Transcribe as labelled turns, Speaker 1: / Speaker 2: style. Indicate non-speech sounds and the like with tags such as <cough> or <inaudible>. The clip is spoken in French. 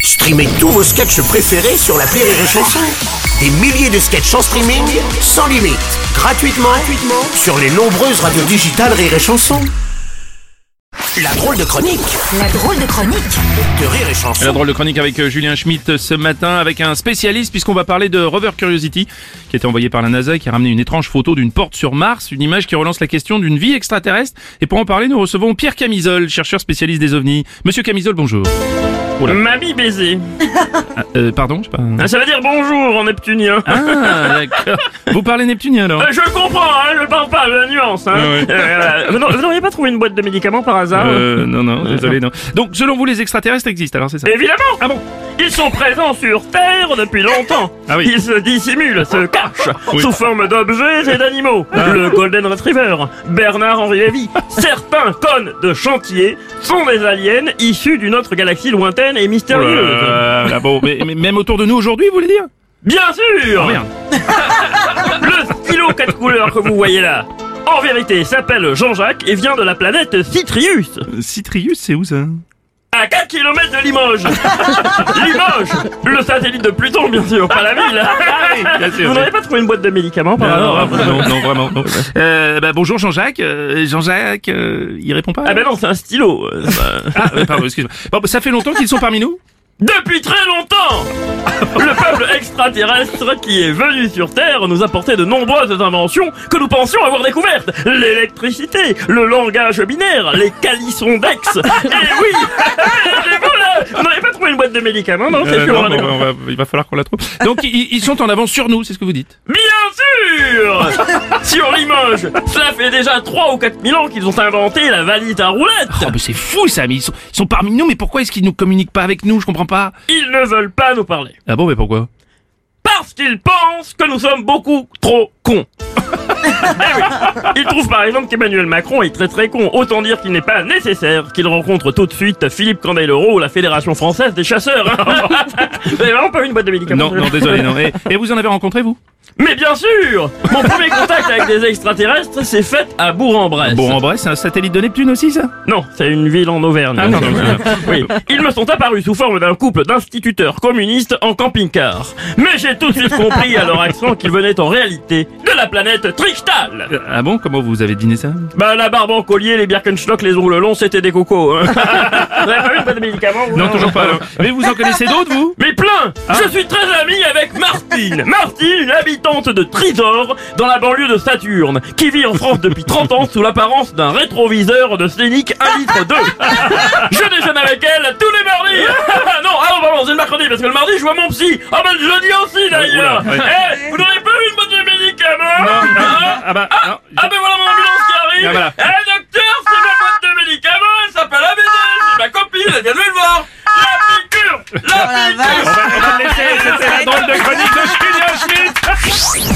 Speaker 1: Streamez tous vos sketchs préférés sur la Rire et Chanson. Des milliers de sketchs en streaming, sans limite, gratuitement, gratuitement sur les nombreuses radios digitales Rire et Chanson. La drôle de chronique
Speaker 2: La drôle de chronique
Speaker 1: de Rire et Chanson.
Speaker 3: La drôle de chronique avec euh, Julien Schmitt ce matin, avec un spécialiste, puisqu'on va parler de Rover Curiosity, qui a été envoyé par la NASA et qui a ramené une étrange photo d'une porte sur Mars, une image qui relance la question d'une vie extraterrestre. Et pour en parler, nous recevons Pierre Camisole, chercheur spécialiste des ovnis. Monsieur Camisole, bonjour. Oula.
Speaker 4: Mamie baiser.
Speaker 3: Ah, euh, pardon, je sais pas.
Speaker 4: Ça veut dire bonjour en neptunien.
Speaker 3: Ah, d'accord. Vous parlez neptunien alors
Speaker 4: Euh, je comprends, hein, je parle pas de la nuance. Hein.
Speaker 3: Ah ouais.
Speaker 4: Euh, euh, non, vous n'auriez pas trouvé une boîte de médicaments par hasard hein
Speaker 3: euh, non, non, désolé, non. Donc, selon vous, les extraterrestres existent, alors c'est ça
Speaker 4: Évidemment
Speaker 3: Ah bon
Speaker 4: Ils sont présents sur Terre depuis longtemps.
Speaker 3: Ah oui. Ah.
Speaker 4: Ils se dissimulent, se cachent,
Speaker 3: Oui. Ah.
Speaker 4: sous forme d'objets et d'animaux. Le Golden Retriever, Bernard-Henri Lévy. Certains cônes de chantier sont des aliens issus d'une autre galaxie lointaine et mystérieuse.
Speaker 3: Euh, ah bon, mais, mais même autour de nous aujourd'hui, vous voulez dire
Speaker 4: Bien sûr
Speaker 3: Oh, Merde.
Speaker 4: <laughs> Le stylo quatre couleurs que vous voyez là, en vérité, s'appelle Jean-Jacques et vient de la planète Citrius,
Speaker 3: Citrius, c'est où ça
Speaker 4: à 4 km
Speaker 3: <laughs>
Speaker 4: de Limoges. Limoges Le satellite de Pluton, bien sûr, pas la ville.
Speaker 3: Ah bien sûr.
Speaker 4: Vous n'avez pas trouvé une boîte de médicaments par
Speaker 3: Non,
Speaker 4: hasard
Speaker 3: non,
Speaker 4: hein
Speaker 3: non, non, vraiment. <laughs> non. Euh, bah, bonjour Jean-Jacques. Euh, Jean-Jacques, euh, il répond pas
Speaker 4: Ah ben non, c'est un stylo. euh, bah.
Speaker 3: Ah, euh, pardon, excuse-moi. Bon, bah, ça fait longtemps qu'ils sont parmi nous
Speaker 4: Depuis très longtemps <laughs> Le peuple extraterrestre qui est venu sur Terre nous a porté de nombreuses inventions que nous pensions avoir découvertes. L'électricité, le langage binaire, les calissons d'ex. Eh oui <laughs> Et voilà Vous n'avez pas trouvé une boîte de médicaments, non C'est
Speaker 3: Euh,
Speaker 4: sûr, hein,
Speaker 3: non,
Speaker 4: on l'a
Speaker 3: bon,
Speaker 4: bien
Speaker 3: on va- Il va falloir qu'on la trouve. Donc, ils, ils sont en avance sur nous, c'est ce que vous dites
Speaker 4: sûr
Speaker 3: <laughs>
Speaker 4: Sur Limoges, cela fait déjà 3 ou 4 000 ans qu'ils ont inventé la valise à roulettes
Speaker 3: Oh, mais c'est fou ça, mais ils sont, ils sont parmi nous, mais pourquoi est-ce qu'ils nous communiquent pas avec nous Je comprends pas.
Speaker 4: Ils ne veulent pas nous parler.
Speaker 3: Ah bon, mais pourquoi
Speaker 4: Parce qu'ils pensent que nous sommes beaucoup trop cons. Eh oui. Ils trouvent par exemple qu'Emmanuel Macron est très très con. Autant dire qu'il n'est pas nécessaire qu'il rencontre tout de suite Philippe Candeloro ou la Fédération Française des Chasseurs. hein. Vous avez vraiment pas eu une boîte de médicaments
Speaker 3: Non, non, désolé, non. Et, et vous en avez rencontré, vous
Speaker 4: Mais bien sûr Mon premier contact avec des extraterrestres s'est fait à Bourg-en-Bresse.
Speaker 3: Bon, en bref, c'est un satellite de Neptune aussi, ça
Speaker 4: Non, c'est une ville en Auvergne.
Speaker 3: Ah, pardon.
Speaker 4: <laughs> Oui. Ils me sont apparus sous forme d'un couple d'instituteurs communistes en camping-car. Mais j'ai tout de suite compris à leur accent qu'ils venaient en réalité de la planète Trichtal.
Speaker 3: Euh, Ah bon, comment vous avez deviné ça
Speaker 4: Bah la barbe en collier, les Birkenstock, les ongles longs, c'était des cocos. hein. <laughs> vous avez pas eu pas de médicaments vous, hein
Speaker 3: Non, toujours pas. non. Mais vous en connaissez d'autres, vous
Speaker 4: Mais plein
Speaker 3: Ah.
Speaker 4: Je suis très ami avec
Speaker 3: <laughs>
Speaker 4: Martine Martine, une habitante de Trisor, dans la banlieue de Saturne, qui vit en France depuis 30 ans sous l'apparence d'un rétroviseur de Scénic 1 litre 2.
Speaker 3: <laughs>
Speaker 4: Je déjeune avec elle tous les mardis Non, ah non, pardon, c'est le mercredi, parce que le mardi, je vois mon psy Ah ben, le jeudi aussi, d'ailleurs
Speaker 3: Ah oui, oula,
Speaker 4: Eh, vous n'aurez pas eu une boîte de médicaments hein
Speaker 3: Ah bah, non.
Speaker 4: ah ben voilà mon ambulance qui arrive
Speaker 3: Ah, voilà.
Speaker 4: Eh docteur, c'est ma boîte de médicaments, elle s'appelle ABD, c'est ma copine, elle vient de me le voir La piqûre La piqûre
Speaker 3: <laughs> On va le laisser, c'était la drôle de chronique de Julien Schmitt